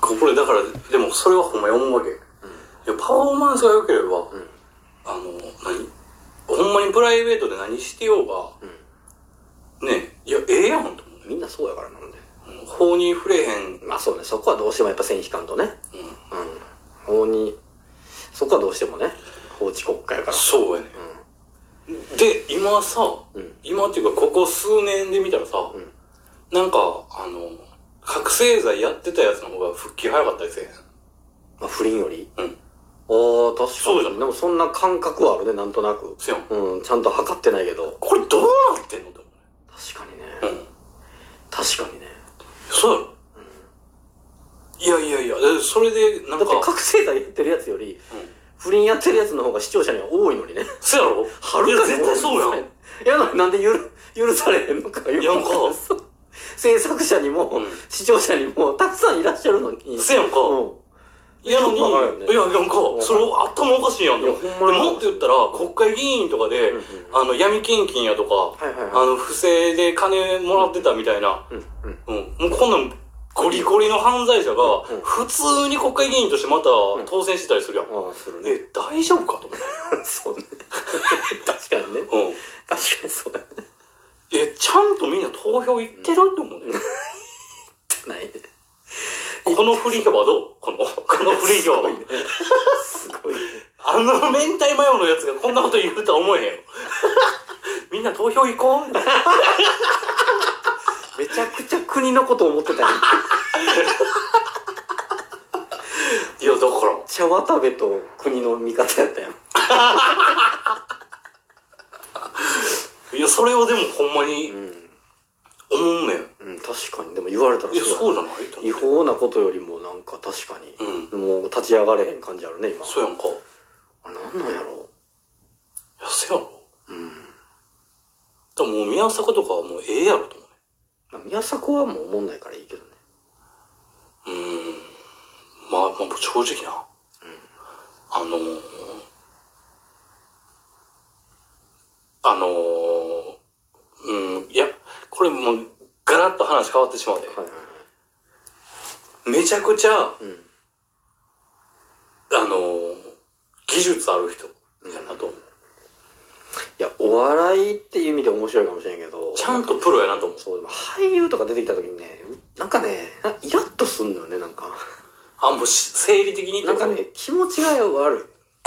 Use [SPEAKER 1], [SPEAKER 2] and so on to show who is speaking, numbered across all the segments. [SPEAKER 1] これだから、でもそれはほんまに思うわけ。いやパフォーマンスが良ければ、あの、何ほんまにプライベートで何してようが、ねいや、ええやんと思うね。
[SPEAKER 2] みんなそうやからなんで。
[SPEAKER 1] 法に触れへん。
[SPEAKER 2] まあそうね、そこはどうしてもやっぱ線引かんとね。うん。法に、そこはどうしてもね、法治国家やから。
[SPEAKER 1] そうやね。で、今さ、
[SPEAKER 2] うん
[SPEAKER 1] 今っていうか、ここ数年で見たらさ、
[SPEAKER 2] ん
[SPEAKER 1] なんか、あの、覚醒剤やってたやつの方が復帰早かったりせえ
[SPEAKER 2] まあ不倫より。
[SPEAKER 1] へん。うん。
[SPEAKER 2] ああ、確
[SPEAKER 1] そうじ
[SPEAKER 2] か
[SPEAKER 1] ゃん
[SPEAKER 2] に。でもそんな感覚はあるね、なんとなく。
[SPEAKER 1] せやん。
[SPEAKER 2] うん、ちゃんと測ってないけど。
[SPEAKER 1] これどうなってんのと思
[SPEAKER 2] 確かにね。
[SPEAKER 1] うね。うん。
[SPEAKER 2] 確かにね。
[SPEAKER 1] そうやろ、いやいやいや、えそれで、なん
[SPEAKER 2] だ
[SPEAKER 1] か
[SPEAKER 2] って、覚醒剤やってるやつより、
[SPEAKER 1] うん
[SPEAKER 2] 不倫やってるやつの方が視聴者には多いのにね。
[SPEAKER 1] そうやろ
[SPEAKER 2] はるかに
[SPEAKER 1] いや絶対そうやん。
[SPEAKER 2] やのになんで許許されへんのかよ
[SPEAKER 1] いやんか
[SPEAKER 2] そう制作者にも、
[SPEAKER 1] うん
[SPEAKER 2] 視聴者にもたくさんいらっしゃるのに。
[SPEAKER 1] せやんか
[SPEAKER 2] うん
[SPEAKER 1] いやのに、い
[SPEAKER 2] わからんよね
[SPEAKER 1] や、なんか、それ頭おかしいやん
[SPEAKER 2] いや
[SPEAKER 1] と。
[SPEAKER 2] ほ
[SPEAKER 1] で
[SPEAKER 2] んまに
[SPEAKER 1] もっと言ったら、国会議員とかで
[SPEAKER 2] うんうん、
[SPEAKER 1] あの、闇献金やとか、
[SPEAKER 2] はいはいはい
[SPEAKER 1] あの、不正で金もらってたみたいな、
[SPEAKER 2] うんうん。
[SPEAKER 1] うん。もうこんなん、ゴリゴリの犯罪者が
[SPEAKER 2] うん、
[SPEAKER 1] 普通に国会議員としてまた
[SPEAKER 2] ん
[SPEAKER 1] 当選してたりするやん。
[SPEAKER 2] ああ、するね。
[SPEAKER 1] え、大丈夫かと思っ
[SPEAKER 2] そうね。 確かにね。
[SPEAKER 1] て。うん。
[SPEAKER 2] 確かにそうだね。
[SPEAKER 1] え、ちゃんとみんな投票行ってるって思うね。
[SPEAKER 2] ないね。
[SPEAKER 1] この振り幅どうこの、この振り幅。
[SPEAKER 2] すごいね。
[SPEAKER 1] あの明太マヨのやつがこんなこと言うとは思えへんよ。 みんな投票行こうみたいな。
[SPEAKER 2] めちゃくちゃ国のこと思ってたよ。めっ
[SPEAKER 1] いや、だから。
[SPEAKER 2] ちゃ渡部と国の味方やったよ。
[SPEAKER 1] いや、それをでもほんまに
[SPEAKER 2] ん。
[SPEAKER 1] 思うねん。
[SPEAKER 2] うん、確かに。でも言われたら
[SPEAKER 1] いや、
[SPEAKER 2] そう
[SPEAKER 1] そうじゃないと
[SPEAKER 2] だ
[SPEAKER 1] 思
[SPEAKER 2] 違法なことよりもなんか確かに。
[SPEAKER 1] う。うん。
[SPEAKER 2] もう立ち上がれへん感じあるね、今。
[SPEAKER 1] そうやんか。い
[SPEAKER 2] あなんなんやろ
[SPEAKER 1] や、せやろ。
[SPEAKER 2] う。うん。
[SPEAKER 1] でももう宮坂とかはもうええやろと思
[SPEAKER 2] まあ、宮迫はもう思んないからいいけどね。
[SPEAKER 1] うね。うーん。まあ、まあ、正直な。あのー、あのー、うん、いや、これもう、ガラッと話変わってしまうで。
[SPEAKER 2] はいはいは
[SPEAKER 1] めちゃくちゃ、
[SPEAKER 2] い。うん。
[SPEAKER 1] あのー、技術ある人やなと思う。
[SPEAKER 2] いや、お笑いっていう意味で面白いかもしれんけど。
[SPEAKER 1] ちゃんとプロやなと思う。
[SPEAKER 2] そう、でも俳優とか出てきた時にね、なんかね、なイラッとすんのよね、なんか。
[SPEAKER 1] あ、もうし生理的にって
[SPEAKER 2] な
[SPEAKER 1] こ
[SPEAKER 2] ん
[SPEAKER 1] と
[SPEAKER 2] かね、気持ちが悪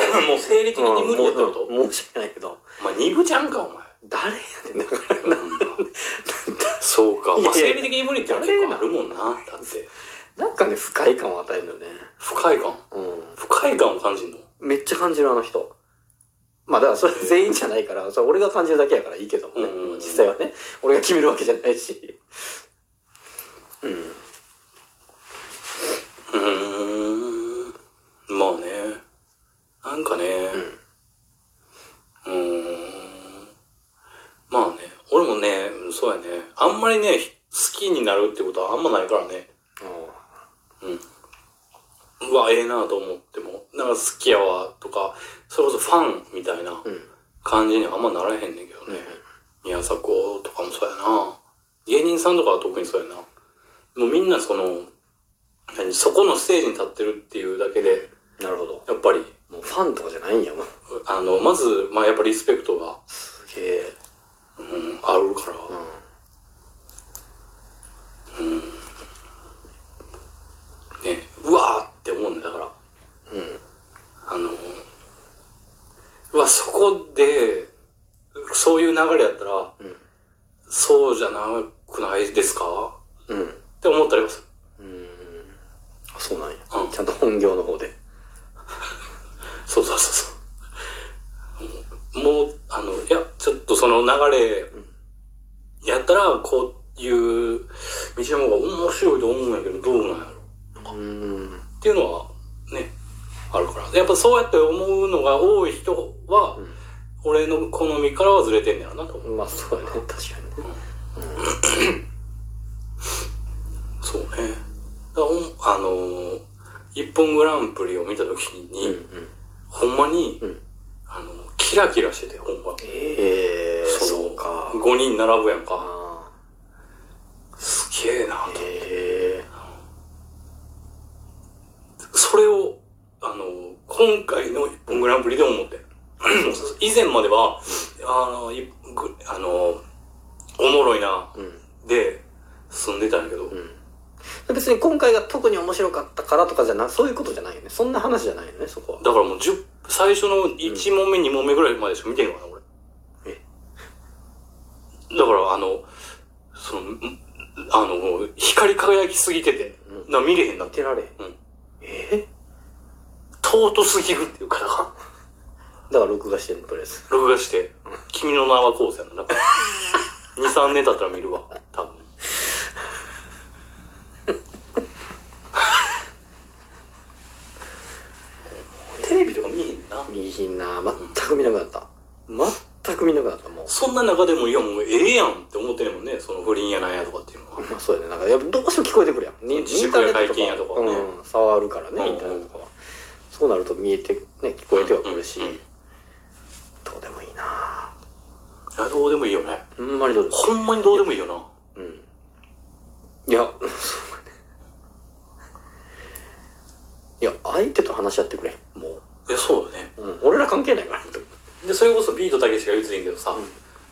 [SPEAKER 2] い。
[SPEAKER 1] もう生理的に無理やったこと、
[SPEAKER 2] うんもう申し訳ないけど、
[SPEAKER 1] お前、鈍ちゃんか、お 前。
[SPEAKER 2] 誰やねん、だから。
[SPEAKER 1] そうか。まあ、
[SPEAKER 2] いやいや
[SPEAKER 1] 生理的に無理ってのは結構あるもんな。だって、
[SPEAKER 2] なんかね、不快感を与えるのよね。
[SPEAKER 1] 不快感。
[SPEAKER 2] う
[SPEAKER 1] 不快感を感じるの。
[SPEAKER 2] ん。めっちゃ感じる、あの人。まあ、だからそれ全員じゃないから、それ俺が感じるだけやからいいけどもね
[SPEAKER 1] うんうんうん
[SPEAKER 2] 実際はね、俺が決めるわけじゃないし。
[SPEAKER 1] うーん。まあね。なんかね。うーん。まあね。俺もね、うんそうやね。あんまりね、ひ好きになるってことはあんまないからね。うわ、ええなと思っても。なんか好きやわとか、それこそファンみたいな
[SPEAKER 2] うん。
[SPEAKER 1] 感じにはあんまならへんねんけどね。宮迫とかもそうやな。芸人さんとかは特にそうやな。もうみんなその、何そこのステージに立ってるっていうだけで、
[SPEAKER 2] なるほど。
[SPEAKER 1] やっぱり、
[SPEAKER 2] もうファンとかじゃないんや、もう。
[SPEAKER 1] あの、まず、まあ、やっぱリスペクトが、
[SPEAKER 2] すげえ。
[SPEAKER 1] うん、あるから、ね、うわーって思うんだから、あの、うわ、そこで、そういう流れやったら、
[SPEAKER 2] ん
[SPEAKER 1] そうじゃなくないですか
[SPEAKER 2] うん。うん。
[SPEAKER 1] って思ったりはする。
[SPEAKER 2] あそうなんや、
[SPEAKER 1] うん
[SPEAKER 2] ちゃんと本業の方で
[SPEAKER 1] そうそうそうそう。もう、あの、いや、ちょっとその流れ、やったら、こういう道の方が面白いと思うんやけど、どうなんやろ
[SPEAKER 2] うん
[SPEAKER 1] っていうのはねあるからやっぱそうやって思うのが多い人は、俺の好みからはずれてんねやろなと思う
[SPEAKER 2] まあそうやね確かにね
[SPEAKER 1] そうねだからおあのー一本グランプリ」を見た時に、
[SPEAKER 2] ん
[SPEAKER 1] ほんまに、
[SPEAKER 2] うん
[SPEAKER 1] あのキラキラしててほんま
[SPEAKER 2] ええー、
[SPEAKER 1] の
[SPEAKER 2] そうか
[SPEAKER 1] 5人並ぶやんか
[SPEAKER 2] あ
[SPEAKER 1] すげえな
[SPEAKER 2] ーえ
[SPEAKER 1] 今回の一本グランプリで思って。以前までは、あの、いぐあの、おもろいな、
[SPEAKER 2] うん
[SPEAKER 1] で、住んでたんやけど、
[SPEAKER 2] うん、別に今回が特に面白かったからとかじゃなそういうことじゃないよねそんな話じゃないよねそこは
[SPEAKER 1] だからもう10、最初の1問目、2問目ぐらいまでしか見てんのかな、俺。
[SPEAKER 2] え
[SPEAKER 1] だから、あの、その、んあの、もう光り輝きすぎてて、
[SPEAKER 2] うん
[SPEAKER 1] な見れへんなっ
[SPEAKER 2] 見
[SPEAKER 1] て。
[SPEAKER 2] てられへん
[SPEAKER 1] うん。
[SPEAKER 2] え
[SPEAKER 1] 尊すぎるっていうか、だから
[SPEAKER 2] だから録画してんのとりあえず
[SPEAKER 1] 録画して、君の名はこうせやな。2、3年経ったら見るわ、多分。テレビとか見えへんな。
[SPEAKER 2] 見ひんな全く見なくなった全く見なくなったもう
[SPEAKER 1] そんな中でも、いやもうええやんって思ってるもんね、その不倫やなんやとかっていうのは。
[SPEAKER 2] まあそうやねなんかやっぱどうしても聞こえてくるやんにイン
[SPEAKER 1] 自粛
[SPEAKER 2] ターネッ
[SPEAKER 1] や解
[SPEAKER 2] ト
[SPEAKER 1] 禁やと
[SPEAKER 2] と
[SPEAKER 1] か
[SPEAKER 2] か
[SPEAKER 1] はね
[SPEAKER 2] うん、触るから
[SPEAKER 1] うん
[SPEAKER 2] ねインターネットとかはそうなると見えてね聞こえてはくるし
[SPEAKER 1] うんうんうん
[SPEAKER 2] どうでもいいない
[SPEAKER 1] や、どうでもいいよね。
[SPEAKER 2] ほんまにどうでもいい
[SPEAKER 1] ほんまにどうでもいいよな。
[SPEAKER 2] うんいや、 そうだね。いや、相手と話し合ってくれ。も
[SPEAKER 1] え、そうだね。
[SPEAKER 2] う。うん、俺ら関係ないから。
[SPEAKER 1] で、それこそビートたけしが言ってたんやけどさ、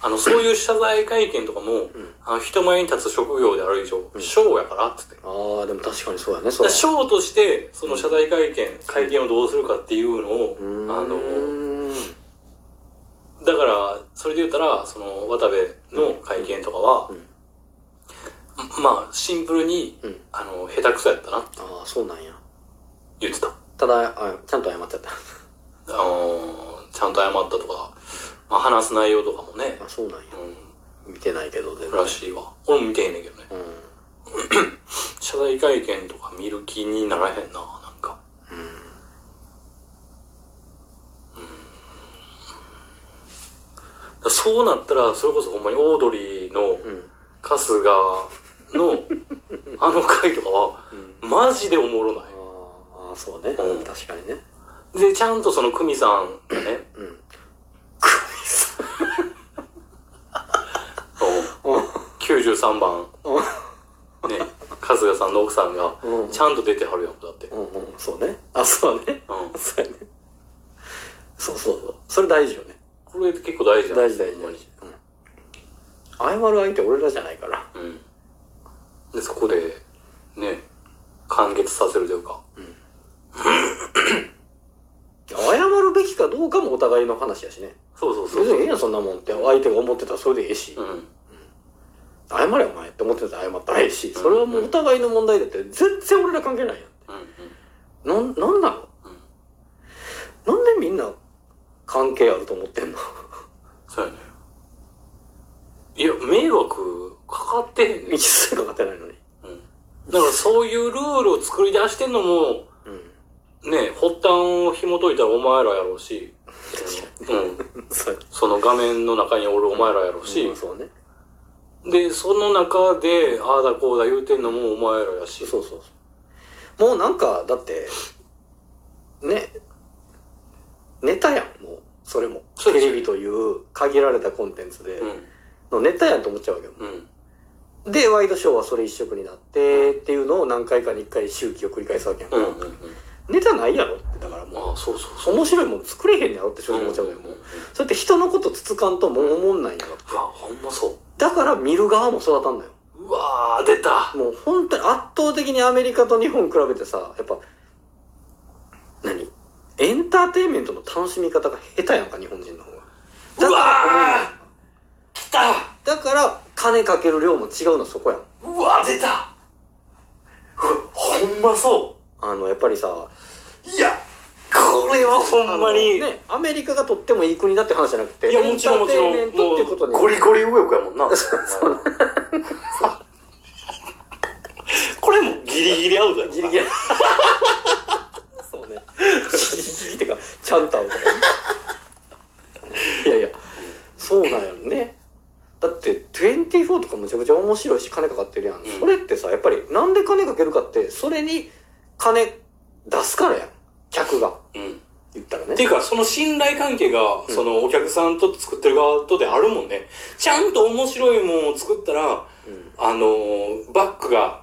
[SPEAKER 1] あの、そういう謝罪会見とかも、あの人前に立つ職業である以上、ショーやからって言って。
[SPEAKER 2] ああ、でも確かにそうやね、
[SPEAKER 1] だ
[SPEAKER 2] そ
[SPEAKER 1] か
[SPEAKER 2] う。
[SPEAKER 1] らショーとして、その謝罪会見、会見をどうするかっていうのを、
[SPEAKER 2] うーん
[SPEAKER 1] あの、だから、それで言ったら、その、渡部の会見とかは、
[SPEAKER 2] うん
[SPEAKER 1] まあ、シンプルに、
[SPEAKER 2] うん
[SPEAKER 1] あの、下手くそやったな、
[SPEAKER 2] ああ、そうなんや。
[SPEAKER 1] 言ってた。
[SPEAKER 2] ただ、あちゃんと謝っちゃった。
[SPEAKER 1] あの、ちゃんと謝ったとか、まあ、話す内容とかもね、
[SPEAKER 2] あそうなんや。
[SPEAKER 1] う
[SPEAKER 2] 見てないけど、全
[SPEAKER 1] ん、らしいわ。俺も見てへんねんけどね。
[SPEAKER 2] うん。うん。
[SPEAKER 1] 謝罪会見とか見る気にならへんな、なんか。だそうなったら、それこそほんまにオードリーの
[SPEAKER 2] ん
[SPEAKER 1] 春日のあの回とかは、マジでおもろな
[SPEAKER 2] あーあー、そうね。
[SPEAKER 1] うん
[SPEAKER 2] 確かにね。
[SPEAKER 1] い。で、ちゃんとその久美さんがね、
[SPEAKER 2] うん。
[SPEAKER 1] お93番、ね、春日さんの奥さんが
[SPEAKER 2] う、ん
[SPEAKER 1] ちゃんと出てはるやん、だって。
[SPEAKER 2] うんうん、そうね。あ、そうね。
[SPEAKER 1] うん
[SPEAKER 2] そうやね。そうそうそう。それ大事よね。
[SPEAKER 1] これ結構大事やん
[SPEAKER 2] 大事大事
[SPEAKER 1] ほん
[SPEAKER 2] 大
[SPEAKER 1] まに
[SPEAKER 2] 事。うん。謝る相手俺らじゃないから。
[SPEAKER 1] うん。で、そこで、ね、完結させるというか。
[SPEAKER 2] 謝るべきかどうかもお互いの話やしね。
[SPEAKER 1] そうそう
[SPEAKER 2] そ
[SPEAKER 1] そう
[SPEAKER 2] れ。でええやん、そんなもんって。相手が思ってたらそれでええし。
[SPEAKER 1] うん。
[SPEAKER 2] 謝れお前って思ってたら謝ったらええし。それはもうお互いの問題だって、全然俺ら関係ないや
[SPEAKER 1] うんうん。
[SPEAKER 2] ん。なん、なんなのなんでみんな関係あると思ってんの
[SPEAKER 1] そうやね。いや、迷惑かかってへんね
[SPEAKER 2] 一切かかってないのに。
[SPEAKER 1] だからそういうルールを作り出してんのも、
[SPEAKER 2] うん。
[SPEAKER 1] ね、発端を紐解いたらお前らやろうし、うん。
[SPEAKER 2] そう
[SPEAKER 1] その画面の中におるお前らやろう
[SPEAKER 2] う
[SPEAKER 1] し
[SPEAKER 2] ん、そうね。
[SPEAKER 1] で、その中で、ああだこうだ言うてんのもお前らやし、
[SPEAKER 2] そうそうそう。もうなんか、だって、ね、ネタやん、もう。それも。
[SPEAKER 1] そう
[SPEAKER 2] テ
[SPEAKER 1] です
[SPEAKER 2] レビという限られたコンテンツで、
[SPEAKER 1] うん。
[SPEAKER 2] のネタやんと思っちゃうわけよ。
[SPEAKER 1] うん。
[SPEAKER 2] で、ワイドショーはそれ一色になって、っていうのを何回かに一回周期を繰り返すわけやんか
[SPEAKER 1] う
[SPEAKER 2] ら、
[SPEAKER 1] ん。うん。
[SPEAKER 2] ネタないやろって、だからも
[SPEAKER 1] ああ、そうそう
[SPEAKER 2] う、
[SPEAKER 1] そう。
[SPEAKER 2] 面白いもん作れへんやろって正直思っちゃうわけよ、もう。そうやって人のことつつかんともう思んないんやろって
[SPEAKER 1] う。わ、ほんまそ
[SPEAKER 2] だから見る側も育たんのよ。
[SPEAKER 1] う。うわー、出た
[SPEAKER 2] もう本当に圧倒的にアメリカと日本比べてさ、やっぱ、何エンターテインメントの楽しみ方が下手やんか、日本人の方が。だ
[SPEAKER 1] う
[SPEAKER 2] から、
[SPEAKER 1] わー来た
[SPEAKER 2] だから、金かける量も違うのそこやん。
[SPEAKER 1] うわ出たふほんまそ
[SPEAKER 2] あの、やっぱりさ、
[SPEAKER 1] ういやこれはほんまに、
[SPEAKER 2] あのね、アメリカがとってもいい国だって話じゃなくて、
[SPEAKER 1] いやもちろんもちろん
[SPEAKER 2] エンターテインメントっていうことに。
[SPEAKER 1] ゴリゴリ右翼やもんな これもギリギリアウトやもんな
[SPEAKER 2] ギリギリ。 そうね。ギリギリってか、ちゃんと合うから。いやいや、そうなんやろね。だって、24とかむちゃくちゃ面白いし、金かかってるやん。
[SPEAKER 1] ん
[SPEAKER 2] それってさ、やっぱり、なんで金かけるかって、それに金出すからやん。客が。
[SPEAKER 1] うん、っ
[SPEAKER 2] 言ったらね
[SPEAKER 1] て。いうかその信頼関係が、そのお客さんと作ってる側とであるもんねちゃんと面白いもんを作ったら
[SPEAKER 2] うん
[SPEAKER 1] あのーバックが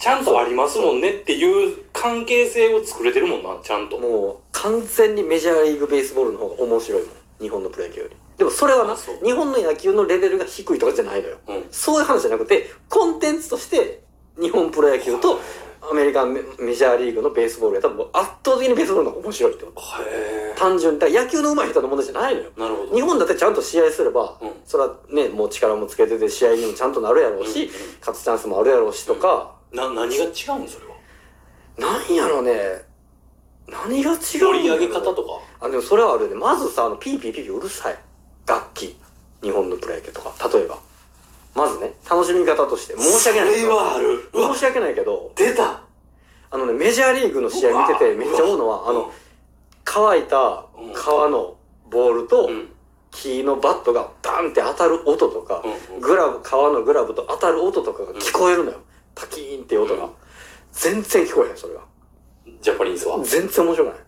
[SPEAKER 1] ちゃんとありますもんねっていう関係性を作れてるもんなちゃんと
[SPEAKER 2] もう、完全にメジャーリーグベースボールの方が面白いもん日本のプロ野球よりでもそれはな
[SPEAKER 1] あそう
[SPEAKER 2] 日本の野球のレベルが低いとかじゃないのよ
[SPEAKER 1] うん。
[SPEAKER 2] そういう話じゃなくてコンテンツとして日本プロ野球とアメリカンメメジャーリーグのベースボールやったらもう圧倒的にベースボールの方が面白いってこと
[SPEAKER 1] へ
[SPEAKER 2] 単純にだから野球の上手い人の問題じゃないのよ
[SPEAKER 1] え。なるほど。
[SPEAKER 2] 日本だってちゃんと試合すれば、
[SPEAKER 1] うん
[SPEAKER 2] それはねもう力もつけてて試合にもちゃんとなるやろうし、
[SPEAKER 1] うんうん
[SPEAKER 2] 勝つチャンスもあるやろうしとか、
[SPEAKER 1] な、何が違うんそれは。
[SPEAKER 2] なんやろね何が違うんだろう
[SPEAKER 1] 盛り上げ方とか。
[SPEAKER 2] あでもそれはあるよねまずさあのピーピーピーピーうるさい楽器日本のプロ野球とか例えばまずね楽しみ方として申し訳ないけ
[SPEAKER 1] それ
[SPEAKER 2] ど
[SPEAKER 1] はある。うわ、
[SPEAKER 2] 申し訳ないけど
[SPEAKER 1] 出た
[SPEAKER 2] あのねメジャーリーグの試合見てて
[SPEAKER 1] うわ
[SPEAKER 2] めっちゃ思うのはあの、乾いた
[SPEAKER 1] うん
[SPEAKER 2] 革のボールと
[SPEAKER 1] うん。うん。
[SPEAKER 2] 木のバットがバンって当たる音とか
[SPEAKER 1] うん
[SPEAKER 2] グラブ革のグラブと当たる音とかが聞こえるのよパキーンっていう音
[SPEAKER 1] う
[SPEAKER 2] が
[SPEAKER 1] ん
[SPEAKER 2] 全然聞こえへんそれが
[SPEAKER 1] ジャパニーズは。
[SPEAKER 2] 全然面白くない